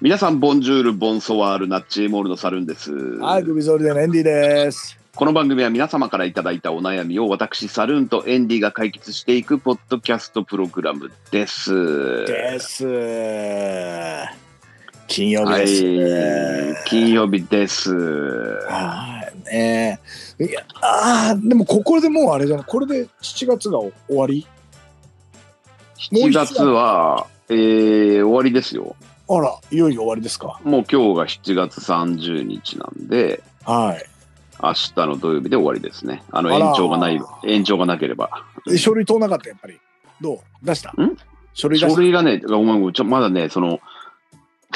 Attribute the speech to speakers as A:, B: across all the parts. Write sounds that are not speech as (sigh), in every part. A: 皆さん、ボンジュール、ボンソワール、ナッチーモールのサルンです。
B: はい、グビゾルデンエンディです。
A: この番組は皆様からいただいたお悩みを私、サルーンとエンディが解決していくポッドキャストプログラムです。
B: です。金曜日
A: は
B: です。
A: い。金曜日です。
B: はい、ねえ。いや、ああ、でもここでもうあれだな、これで7月が終わりもう
A: 7
B: 一月
A: 月は、えー、終わりですよ。
B: あら、いよいよ終わりですか。
A: もう今日が7月30日なんで、
B: は
A: 明日の土曜日で終わりですね。あの、
B: あら
A: 延長がない、延長がなければ。
B: い。で書類通んなかった、やっぱり。どう出した
A: ん
B: 書類出し
A: 書
B: た。
A: 類がね、ごめんごめんちょまだね、その、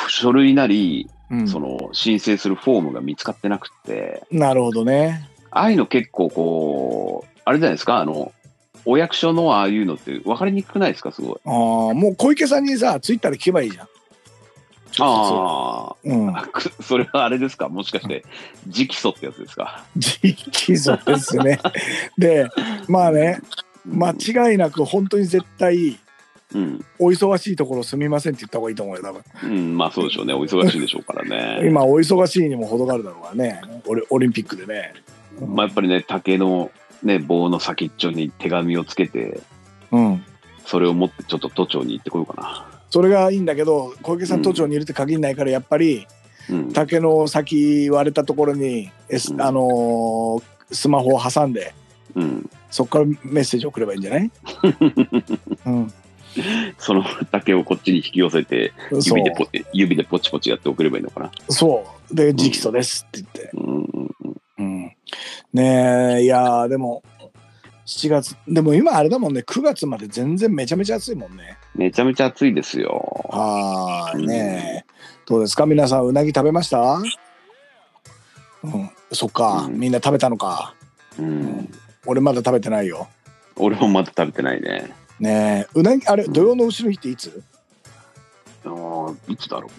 A: 書類なり、
B: うん
A: その、申請するフォームが見つかってなくて、
B: なるほどね。
A: ああいうの結構こう、あれじゃないですか、あの、お役所のああいうのって分かりにくくないですか、すごい。
B: ああ、もう小池さんにさ、ツイッターで聞けばいいじゃん。
A: あ
B: うん。
A: あ、くそれはあれですか、もしかして、直訴ってやつですか。
B: 直訴ですね。で、まあね、間違いなく本当に絶対
A: うん、
B: お忙しいところすみませんって言った方がいいと思うよ多分
A: うん、まあそうでしょうね、お忙しいでしょうからね。
B: 今お忙しいにも程があるだろうからねオリオリンピックでね、
A: まあやっぱりね、竹の、ね、棒の先っちょに手紙をつけて、
B: うん、
A: それを持ってちょっと都庁に行ってこようか
B: それがいいんだけど小池さん都庁にいるって限らないからやっぱり
A: な。うん、
B: 竹の先割れたところに、S
A: うん
B: あのースマホを挟んで
A: うん、
B: そこからメッセージ送ればいいんじ
A: (laughs)
B: ゃない、うん、
A: その竹をこっちに引き寄せて、
B: そ
A: 指で
B: う
A: ポ指でポチポチやって送ればいいのかな。
B: そうで直訴ですって言って。
A: うんうんうん
B: うん、ねえいやーでも7月でも今あれだもんね9月まで全然めちゃめちゃ暑いもんね
A: めちゃめちゃ暑いですよ。
B: はーいねえどうですか皆さんうなぎ食べましたうんそっか、
A: うん
B: みんな食べたのか
A: うん、
B: 俺まだ食べてないよ
A: 俺もまだ食べてないね。
B: ねえうなぎあれ土曜の後ろ日っていつ
A: ああ、いつだろ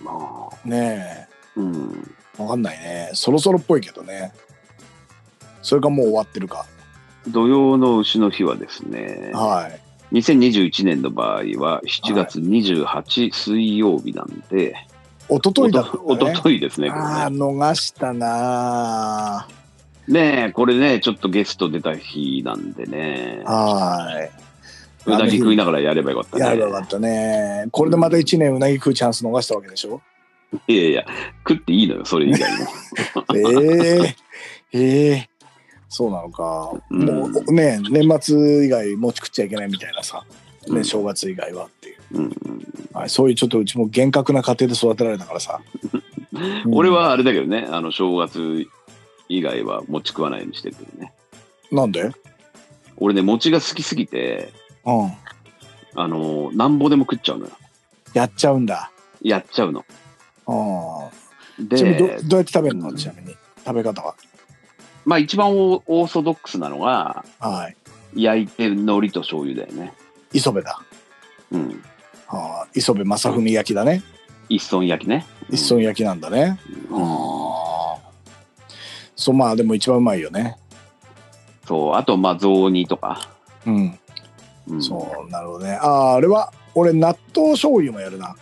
A: うな。
B: ね
A: うん。
B: えわかんないねそろそろっぽいけどねそれかもう終わってるか
A: 土曜の牛の日はですね、
B: はい
A: 2021年の場合は7月28水曜日なんで、
B: 一昨日だったん
A: おと
B: だ
A: お
B: ね
A: とといですね、こ
B: ああ逃したな
A: れ
B: ー
A: ね。ねえ、これね、ちょっとゲスト出た日なんでね、
B: は
A: う
B: ーい。
A: なぎ食いながらやればよかったね。
B: やればよかったね。これでまた1年うなぎ食うチャンス逃したわけでし
A: (laughs)
B: ょ
A: いやいや、食っていいのよ、それ以 (laughs) 外も。
B: ええええそうなのか。
A: うん
B: もうね、年末以外餅食っちゃいけないみたいなさ、
A: う
B: ね、
A: ん
B: 正月以外はっていう、
A: うんうん
B: はい。そういうちょっとうちも厳格な家庭で育てられたからさ。うん
A: 俺、はあれだけどね、あの正月以外は餅食わないようにしてるけどね。
B: なんでうん。
A: 俺ね、餅が好きすぎて、あのー、なんぼでも食っちゃうのよ。
B: やっちゃうんだ。
A: やっちゃうの。
B: うん。ちなみにど
A: で、
B: どうやって食べるの
A: うん
B: ちなみに。食べ方は。
A: まあ一番オーオーソドックスなのが、
B: はい。
A: 焼いて海苔と醤油だよね。
B: 磯部だ。
A: うん。
B: あー磯部正文焼きだね。
A: 一寸焼きね。
B: 一寸焼きなんだね。
A: うん
B: ああ。そう、まあでも一番うまいよね。
A: そう。あと、まあ、雑煮とか。
B: うん。
A: うん、
B: そう、なるほどね。ああ、あれは、俺、納豆醤油もやるな。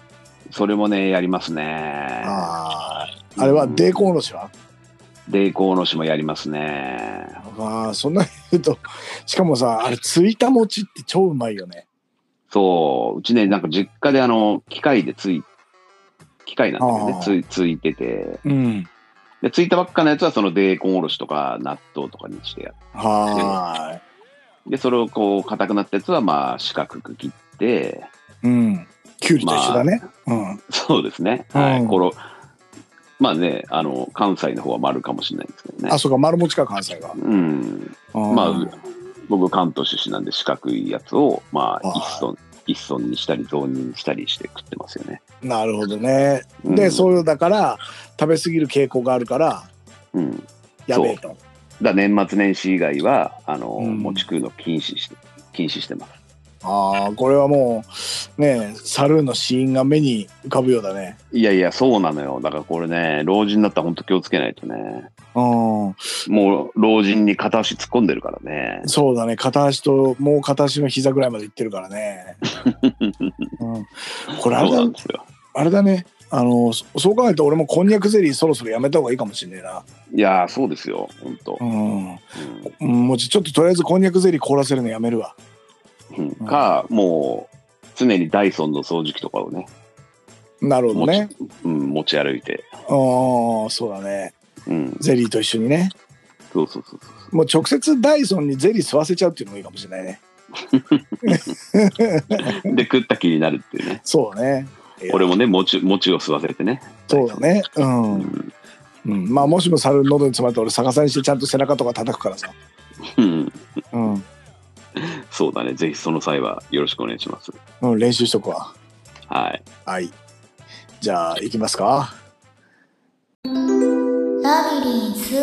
A: それもね、やりますね。
B: ああ。あれは、
A: うん
B: デーコンおろしは
A: で、こおろしもやりますね。
B: ああ、そんなに言うと、しかもさ、あれ、ついた餅って超うまいよね。
A: そう。うちね、なんか実家であの、機械でつい、機械なんだよ
B: あ
A: ね。
B: ー
A: つい、ついてて。
B: うん。
A: で、ついたばっかのやつは、そのデーコンおろしとか、納豆とかにしてやる。
B: は
A: で、それをこう、硬くなったやつは、まあ、四角く切って、
B: ーい。うん。きゅうりと一緒だね。
A: そうですね。は
B: う
A: い。
B: ん
A: この、まあね、あの、関西の方は丸かもしれないですけど
B: う
A: ね
B: ん。あ、。そうか、丸餅か、関西が。
A: うん。ま
B: ま
A: あ、僕、関東出身なんで、四角いやつを、まあ、
B: はい
A: 一寸、一寸にしたり、雑煮にしたりして食ってますよね。
B: なるほどね。
A: うん
B: で、そういう、だから、食べ過ぎる傾向があるから、
A: うん。
B: やべえと。
A: だ年末年始以外は、あの、
B: うん
A: 持ち食うの禁止して、禁止してます。
B: ああこれはもうねえサルーンの死因が目に浮かぶようだね
A: いやいや、そうなのよ。だからこれね、老人になったら本当気をつけないとね。
B: うん
A: もう、老人に片足突っ込んでるからね。
B: そうだね片足ともう片足の
A: (laughs)
B: 膝ぐらいまでいってるからね、うん、これあれ
A: そうな
B: だ
A: んですよ。
B: あれだねあのそそう考えると俺もこんにゃくゼリーそろそろやめた方がいいかもしれないない
A: やー、そうですよ、本当
B: う。ん
A: うん
B: うんもうちちょっととりあえずこんにゃくゼリー凍らせるのやめるわ
A: うんか、もう、常にダイソンの掃除機とかをね、
B: なるほどね
A: うん、持ち歩いて。
B: ああそうだね
A: うん、
B: ゼリーと一緒にね
A: そうそうそうそう。
B: もう直接ダイソンにゼリー吸わせちゃうっていうのもいいかもしれ
A: (laughs)
B: ないね
A: で、食った気になるっていうね。
B: そうね
A: 俺もね、餅餅を吸わせてね。
B: そうだねうん、
A: うん
B: うん、まあもしも猿喉に詰まって俺逆さにしてちゃんと背中とか叩くからさ
A: うん、
B: うん、
A: そうだね。ぜひその際はよろしくお願いします。
B: うん、練習しとくわ
A: はい。
B: はいじゃあ行きますか
C: ラビリンス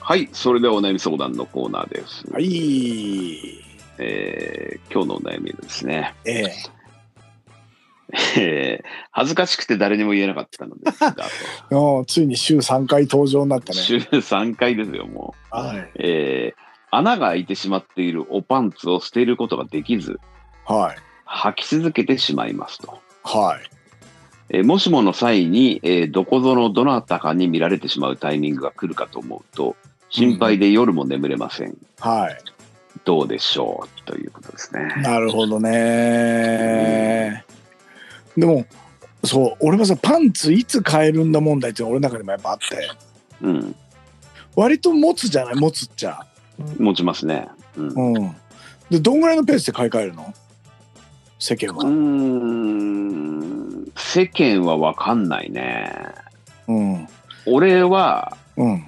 A: はい。それではお悩み相談のコーナーです。
B: はい
A: えー今日のお悩みはですね、
B: ええ
A: えー恥ずかしくて誰にも言え (laughs) なかったのですが、
B: うんついに週3回登場になったね
A: 週3回ですよ、もう。
B: はい
A: えー穴が開いてしまっているおパンツを捨てることができず、
B: はい
A: 履き続けてしまいますと。
B: はい
A: えーもしもの際に、えーどこぞのどなたかに見られてしまうタイミングが来るかと思うと、心配で夜も眠れません。
B: はい
A: どうでしょうということですね。
B: なるほどね。でも、そう、俺もさ、パンツいつ買えるんだ問題って俺の中にもやっぱあって、
A: うん。
B: 割と持つじゃない持つっちゃ。
A: 持ちますね。うん。う
B: うん。で、どんぐらいのペースで買い替えるの世間
A: ー
B: は。
A: ん。世間はわかんないね。
B: うん。
A: 俺は、
B: うん。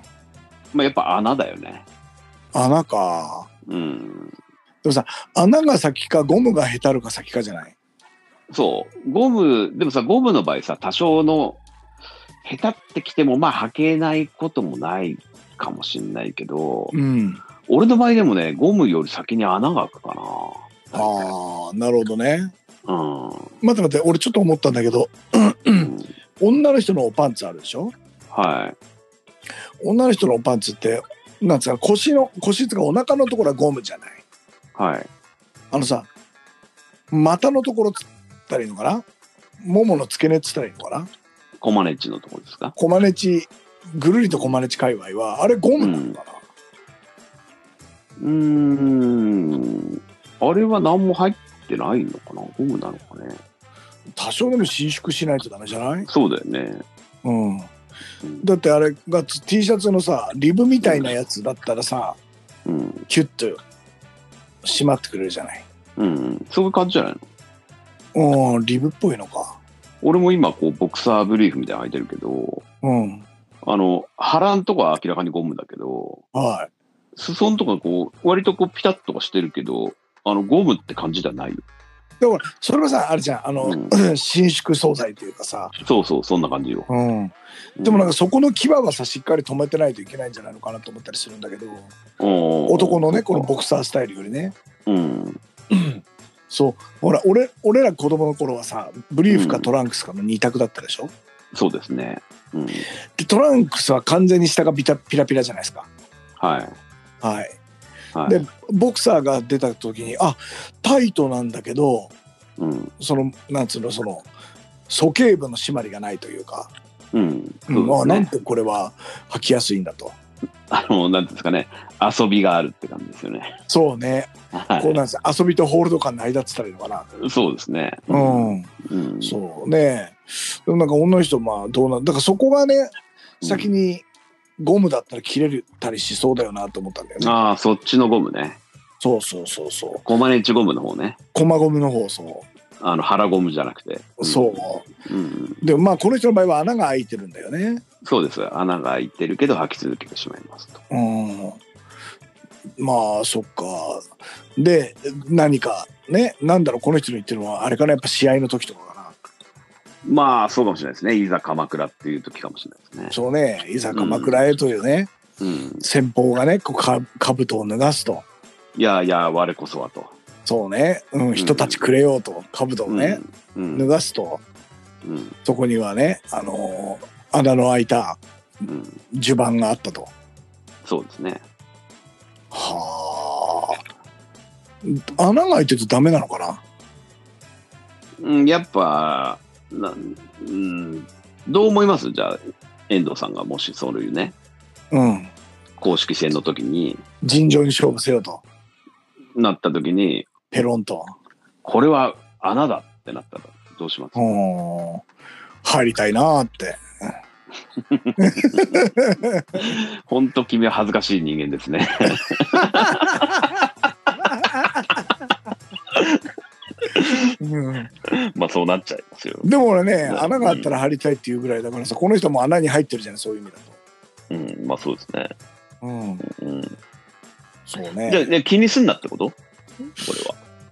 A: まあ、やっぱ穴だよね。
B: 穴か。
A: うん。
B: 穴が先か、ゴムがへたるか先かじゃない
A: そう。ゴム、でもさ、ゴムの場合さ、多少の、下手ってきても、まあ、履けないこともないかもしんないけど、
B: うん。
A: 俺の場合でもね、ゴムより先に穴が開くか
B: ああ、なるほどね。
A: な。うん。
B: 待って待って、俺ちょっと思ったんだけど、女の人のおパンツあるでしょ
A: はい。
B: 女の人のおパンツって、なんつうか、腰の、腰つかお腹のところはゴムじゃない
A: はい。
B: あのさ、股のところつったらいいのかなももの付け根つったらいいのかな
A: コマネチのところですか
B: コマネチ、ぐるりとコマネチ界隈は、あれゴムなのか
A: うーん。あれは何も入ってないのかなゴムなのかね。
B: な多少でも伸縮しないとダメじゃない
A: そうだよね。
B: うん。
A: うん
B: だってあれがつ T シャツのさ、リブみたいなやつだったらさ、
A: うん。
B: キュッと締まってくれるじゃない
A: うん。そういう感じじゃないの
B: うん、リブっぽいのか。
A: 俺も今、こう、ボクサーブリーフみたいなの履いてるけど、
B: うん。
A: あの、腹んとこは明らかにゴムだけど、
B: は
A: 裾んとここう、割とこう、ピタッとはしてるけど、あの、ゴムって感じではないよ。
B: い。でもほらそれはさ、あれじゃん、あの、
A: うん
B: (laughs) 伸縮素材というかさ、
A: そうそう、そんな感じよ。
B: うん。でもなんかそこの牙はさしっかり止めてないといけないんじゃないのかなと思ったりするんだけど
A: 男
B: 男のねこのボクサースタイルよりね
A: うん、
B: そうほら俺俺ら子供の頃はさブリーフかトランクスかの二択だったでしょ、
A: そうですね。うん、
B: でトランクスは完全に下がピタピラピラじゃないですか
A: はい。
B: はい
A: はい。
B: でボクサーが出た時にあタイトなんだけど
A: うん、
B: そのなんつうのその鼠径部の締まりがないというか、
A: うん、そ
B: うん、
A: う
B: あ
A: で
B: な
A: す
B: ん
A: ね。
B: てこれは履きやすいんだと
A: あの、なんていうんですかね、遊びがあるって感じですよね。
B: そうね、
A: は
B: こうなんです遊びとホールド感の間っつったらいいのかな、
A: い。そうですね。
B: うん、
A: うん、
B: そうね。でもなんか女の人、まあどうなんだからそこがね、
A: うん
B: 先にゴムだったら切れたりしそうだよなと思ったんだよね。
A: ああ、そっちのゴムね。
B: そうそうそうそう。
A: コマネチゴムの方ね。
B: 駒ゴムの方、そ
A: あの、腹ゴムじゃなくて。。
B: う。そうう。
A: うん、
B: でもまあこの人の場合は穴が開いてるんだよね。
A: そうです。穴が開いてるけど、履き続けてしまいますと。
B: うん。まあそっか。で、何かね、なんだろう、この人の言ってるのは、あれかな、やっぱ試合の時とかかな。
A: まあ、そうかもしれないですね。いざ鎌倉っていう時かもしれないですね。
B: そうね、いざ鎌倉へというね、
A: うん、
B: 先方がね、こうか兜を脱がすと。
A: いやいや、我こそはと。
B: そうね、うん、人たちくれようと、兜をね、
A: うん。う
B: 脱
A: ん。
B: がすと、
A: うん。
B: そこにはね、あのー穴の開いた
A: うん、
B: 襦袢があったと。
A: そうですね。
B: はあ。穴が開いてるとダメなのかな
A: うん、やっぱなうん、どう思いますじゃあ、遠藤さんがもしそういうね、
B: うん。
A: 公式戦の時に、
B: 尋常に勝負せよと。
A: なった時に、
B: ペロンと。
A: これは穴だってなったら、どうします
B: うん。入りたいなーって。
A: 本当君は恥ずかしい人間ですね。 (laughs)
B: うん、
A: まあそうなっちゃいますよ。
B: でも俺ね、穴があったら入りたいっていうぐらいだからさ、この人も穴に入ってるじゃない、そういう意味だ
A: うん、まあそうですね。
B: と。うん。
A: うん、
B: そう
A: じゃあ
B: ね。
A: ね気にすんなってことこ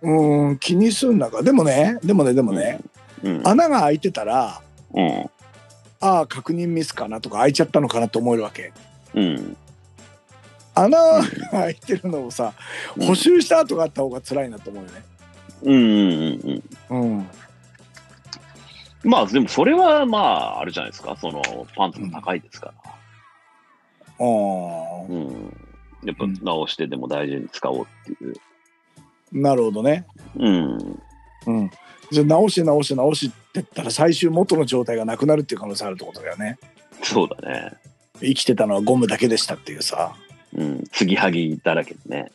B: うん、気にすんなか。でもね、でもね、でも
A: れは。
B: ね、
A: うん。うん。
B: 穴が開いてたら、
A: うん。
B: ああ、確認ミスかなとか、開いちゃったのかなと思えるわけ。
A: うん。
B: 穴が開いてるのをさ、
A: うん
B: 補修した後があった方が辛いなと思うよね。
A: うんうんうんうん。
B: うん。
A: まあでもそれはまああれじゃないですか。そのパンツも高いですから。
B: ああ、
A: うん。やっぱ直してでも大事に使おうっていう。
B: なるほどね。
A: うん。
B: うん、じゃあ直し直し直しってったら最終元の状態がなくなるっていう可能性あるってことだよね
A: そうだね。
B: 生きてたのはゴムだけでしたっていうさ
A: うん。継ぎはぎだらけでね。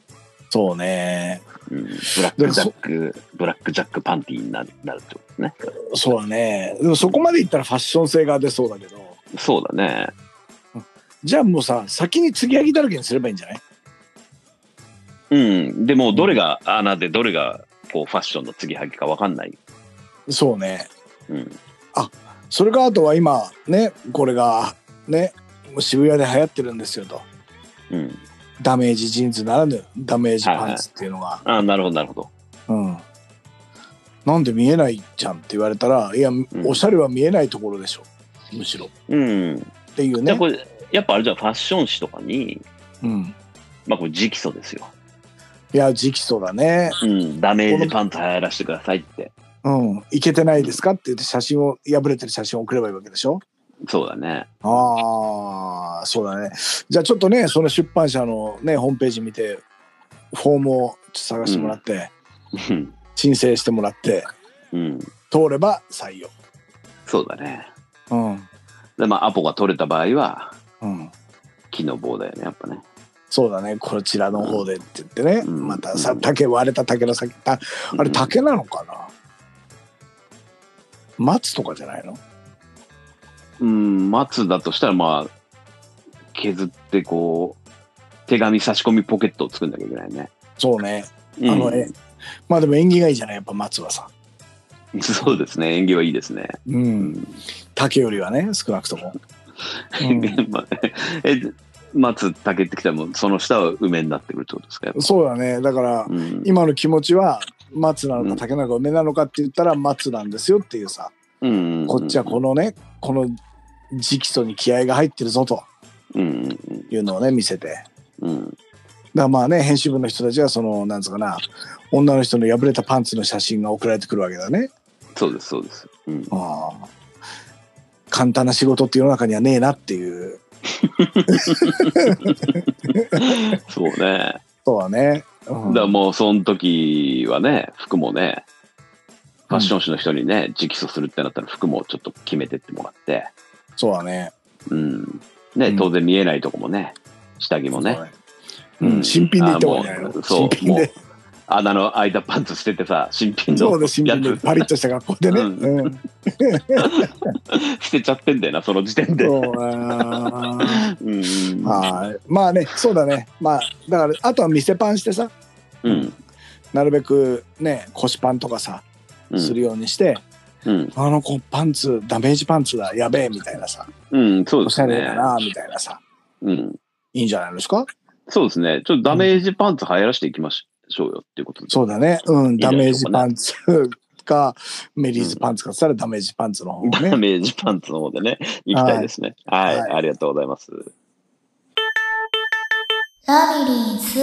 B: そうね
A: うん。ブラックジャック、ブラックジャックパンティーになるなるってことね。
B: そうだねでもそこまでいったらファッション性が出そうだけど
A: そうだね。
B: じゃあもうさ先に継ぎはぎだらけにすればいいんじゃない
A: うん。でもどれが穴でどれがこうファッションの継ぎはぎかわかんない。
B: そうね
A: うん。
B: それかあとは今ねこれがねもう渋谷で流行ってるんですよと
A: うん。
B: ダメージジーンズならぬダメージパンツっていうのが、
A: ああ、なるほど、なるほど。
B: うんなんで見えないじゃんって言われたらいや、おしゃれは見えないところでしょむしろ
A: うん。
B: っていう
A: じゃあ
B: ね。
A: これ、やっぱあれじゃんファッション誌とかに、
B: うん、
A: まあこれ直訴ですよ。
B: いや直訴だね。
A: うん、ダメージパンツ流行らせてくださいって。
B: うん、いけてないですかって言って写真を破れてる写真を送ればいいわけでしょ。
A: そうだね。
B: ああそうだね。じゃあちょっとねその出版社のねホームページ見てフォームを探してもらって、
A: うん
B: 申請してもらって
A: うん、
B: 通れば採用。
A: そうだね。
B: うん
A: で、まあアポが取れた場合は、
B: うん。
A: 木の棒だよね、やっぱね。
B: そうだねこちらの方でって言ってね、
A: うん
B: また
A: う
B: さ
A: ん
B: 竹割れた竹の先たあれ竹なのかな、松とかじゃないの
A: うん、松だとしたら、まあ、削ってこう、手紙差し込みポケットを作んなきゃいけないね。
B: そうね
A: うん
B: あのね、まあでも縁起がいいじゃないやっぱ松はさ、
A: (laughs) そうですね、縁起はいいですね。
B: う、
A: うんん、
B: 竹よりはね少なくと
A: (laughs)
B: も、う
A: まあえ松竹ってきたらもうその下は梅になってくるってことですかやっぱ
B: ん、そうだねだから
A: うん
B: 今の気持ちは松なの
A: う
B: か
A: ん
B: 竹なのか梅なのかって言ったら松なんですよっていうさ
A: うん
B: こっちはこのねこの直訴に気合が入ってるぞと
A: うん
B: いうのをね見せてだか
A: うんうん
B: らまあね編集部の人たちはそのなんつうかな女の人の破れたパンツの写真が送られてくるわけだね
A: そうですそうです、
B: (laughs)
A: うん、
B: ああ簡単な仕事って世の中にはねえなっていう
A: そうね
B: ことはね、う
A: だ
B: ん
A: からもうその時はね服もねファッション誌の人にね直訴するってなったら服もちょっと決めてってもらって
B: そうだね
A: うん
B: う
A: ね
B: ん
A: 当然見えないとこもね下着もね
B: そうだうん、新品でいった方がいいんじゃない
A: あも
B: の
A: うそう
B: 新品
A: もう
B: で。
A: 穴の開いたパンツ捨ててさ新品の
B: そうで新品で
A: や
B: パリッとした格好でね。
A: うん
B: うん。
A: つ (laughs) 捨てちゃってんだよなその時点で
B: そううあー
A: ん
B: はい。まあね、そうだね。まあだからあとは店パンしてさ、
A: うん
B: なるべくね腰パンとかさ
A: うん
B: するようにして、
A: うん
B: あの子パンツダメージパンツだやべえみたいなさ、
A: うんそう
B: お
A: で
B: しゃ
A: す
B: れだ
A: ね
B: なみたいなさ、
A: うん
B: いいんじゃないですか。
A: そうですね。ちょっとダメージパンツ流行らせていきましょうよっていうことです。
B: そうだね。うん、
A: いじ
B: ダ
A: ゃない
B: メー
A: で
B: ジ
A: すかね
B: パンツかメリーズパンツかって言ったらダメージパンツの方がね
A: ダ。メージパンツの方でね、行きたいですね。はい、
B: はい
A: ありがとうございます。
C: ラビリンス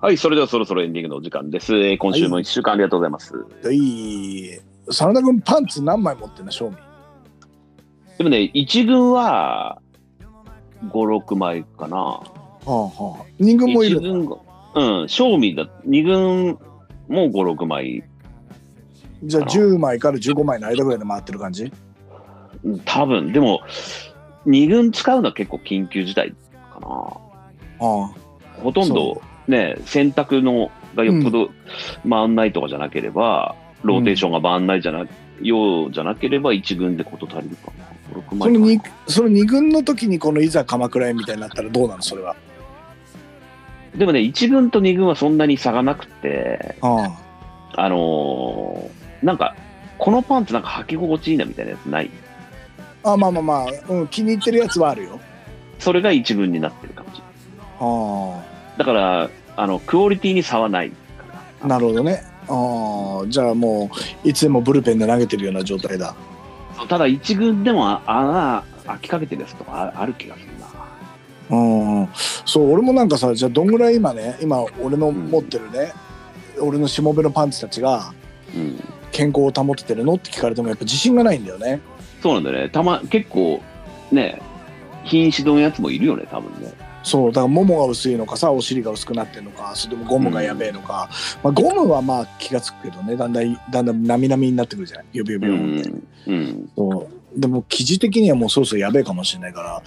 A: はい、それではそろそろエンディングのお時間です。えー今週も1週間ありがとうございます。
B: いい。真田君パンツ何枚持ってんの正味。
A: でもね、1軍は5、6枚かな。
B: はあはあ。人軍もい
A: 1
B: る。
A: 軍が、うん、賞味だ、2軍も5、6枚。
B: じゃあ10枚から15枚の間ぐらいで回ってる感じ
A: うん多分、でも、2軍使うのは結構緊急事態かな。
B: ああ。
A: ほとんど
B: そ
A: ね、選択のがよっぽど回んないとかじゃなければ、ローテーションが回んないじゃな、ようじゃなければ1軍でこと足りるかな。5、6枚
B: そ
A: か
B: の
A: な
B: にその2軍の時にこのいざ鎌倉へみたいになったらどうなのそれは。
A: でもね、1軍と2軍はそんなに差がなくて、
B: あ
A: あのーなんか、このパンツなんか履き心地いいなみたいなやつない。
B: ああまあまあまあ、うん、気に入ってるやつはあるよ。
A: それが1軍になってる感じ。
B: あ
A: だから、あの、クオリティに差はないか
B: あ。なるほどね。ああ。じゃあもういつでもブルペンで投げてるような状態だ。
A: な。ただ、1軍でもあ穴開きかけてるやつとかあある気がするな。
B: うんうん、そう俺もなんかさじゃあどんぐらい今ね今俺の持ってるね、俺のしもべのパンツたちが
A: うん。
B: 健康を保ててるのって聞かれてもやっぱ自信がないんだよね
A: そうなんだよね。たま、結構、ね、瀕死のやつもいるよね、多分ね。
B: そうだからももが薄いのかさお尻が薄くなってんのかそれともゴムがやべえのか、まあ、ゴムはまあ気がつくけどねだんだんだんだんなみなみになってくるじゃない予備予
A: う
B: 備
A: ん。うん。
B: そうでも生地的にはもうそろそろやべえかもしれないから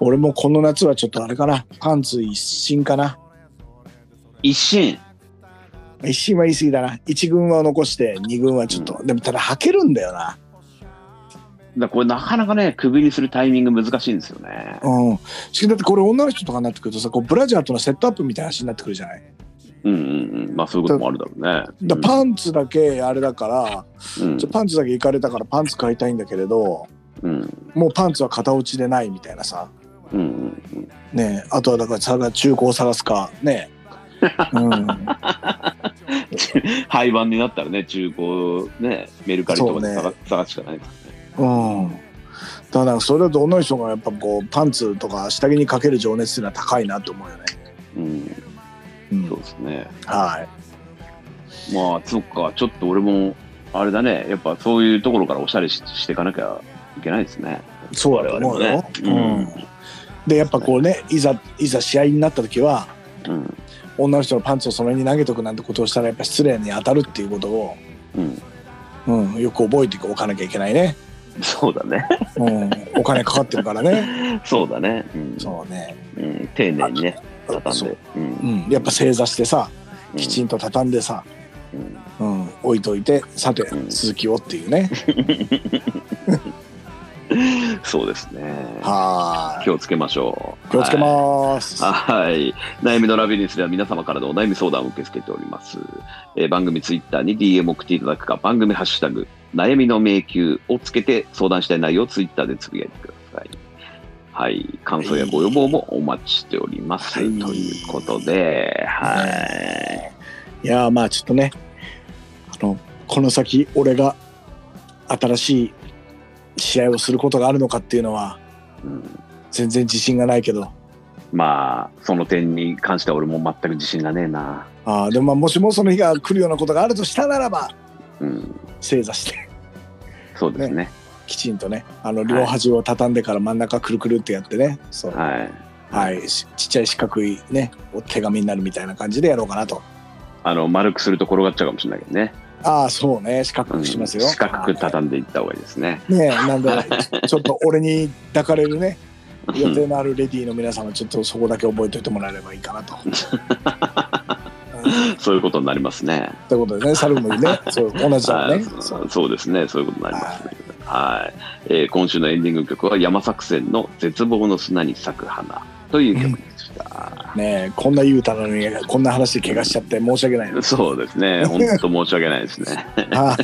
B: 俺もこの夏はちょっとあれかなパンツ一新かな
A: 一心。
B: 一新は言い過ぎだな一軍は残して二軍はちょっと、でもただ履けるんだよな
A: だからこれなかなかね、首にするタイミング難しいんですよね。
B: うん。しかもだってこれ女の人とかになってくるとさ、こうブラジャーとのセットアップみたいな話になってくるじゃない。
A: うんうんうん。まあそういうこともあるだろうね。
B: だパンツだけあれだから、
A: うん
B: ちょパンツだけいかれたからパンツ買いたいんだけれど、
A: うん
B: もうパンツは型落ちでないみたいなさ。
A: うんうん
B: ねえあとはだからさ中古を探すか、ねえ。うん、
A: (laughs) 廃盤になったらね、中古ね、メルカリとかで
B: そ
A: 探,、
B: う
A: 探すしかないですね。
B: うんだからなんかそれだと女の人がやっぱこうパンツとか下着にかける情熱っていうのは高いなと思うよね。
A: うん、
B: う、
A: そうんですね。
B: はい。
A: まあ、そっか、ちょっと俺も、あれだね、やっぱそういうところからおしゃれししていかなきゃいけないですね。
B: そうだと思うよ。
A: 我々もね
B: うん、でやっぱこうねいざいざ試合になった時は
A: うん、
B: 女の人のパンツをその辺に投げとくなんてことをしたらやっぱ失礼に当たるっていうことを、
A: うん、
B: うん、よく覚えておかなきゃいけないね、
A: そうだね。 (laughs)
B: うん、お金かかってるからね
A: そうだね。うん、
B: そうね、
A: うん、丁寧にね、畳ん
B: そ
A: で
B: う、
A: うん、
B: うん、やっぱ正座してさきち
A: ん、
B: んと畳んでさ、
A: うん、
B: うん、置いといてさて
A: うん
B: 続きをって
A: (laughs)
B: いうね
A: そうですね。
B: は
A: 気をつけましょう。
B: い気をつけます、
A: はい。悩みのラビリンスでは皆様からのお悩み相談を受け付けております。えー番組ツイッターに DM を送っていただくか、番組ハッシュタグ、悩みの迷宮をつけて相談したい内容をツイッターでつぶやいてください。はい。感想やご要望もお待ちしております。
B: はい
A: ということで、はい。
B: い、やーまあちょっとねあのこの先俺が新しい試合をすることがあるのかっていうのは
A: うん
B: 全然自信がないけど
A: まあ、その点に関しては俺も全く自信がねえな。
B: あーでもまあもしもその日が来るようなことがあるとしたならば
A: うん。
B: 正座して (laughs)
A: そうですね。
B: きちんとねあの両端を畳んでから真ん中くるくるってやってねそう、は
A: はい。
B: いしちっちゃい四角いねお手紙になるみたいな感じでやろうかなと
A: あの、丸くすると転がっちゃうかもしれないけどね。
B: ああそうね四
A: う
B: 角
A: ん
B: くしますよ、
A: 四角く畳んでいった方がいいですね。
B: ねえなんでちょっと俺に抱かれるね
A: (laughs)
B: 予定のあるレディーの皆様ちょっとそこだけ覚えておいてもらえればいいか
A: (laughs)
B: なと。うん
A: そういうことになりますね。
B: ということでね、サルもいいね、そう同じだもんね。
A: はい
B: そ
A: そううそうですね。そういうことになりますね。はい、えー今週のエンディング曲は山作戦の絶望の砂に咲く花という曲でした。
B: ねえこんな言うたのに、こんな話で怪我しちゃって申し訳ないな。
A: そうですね。本当申し訳ないです
B: (laughs)
A: ね。
B: あ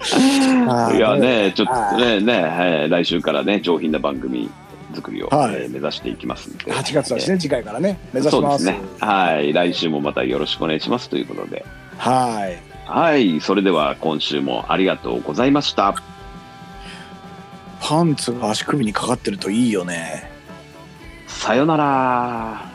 B: ー (laughs)
A: いや。ね、ちょっとね、ね、はい来週からね、上品な番組作りを、
B: はい
A: えー目指していきますんで。
B: 8月だし
A: え
B: ね、
A: ー
B: 次回からね、目指します。
A: そうですね。はい。来週もまたよろしくお願いしますということで。
B: はい。
A: はい。それでは今週もありがとうございました。
B: パンツが足首にかかってるといいよね。
A: さよなら。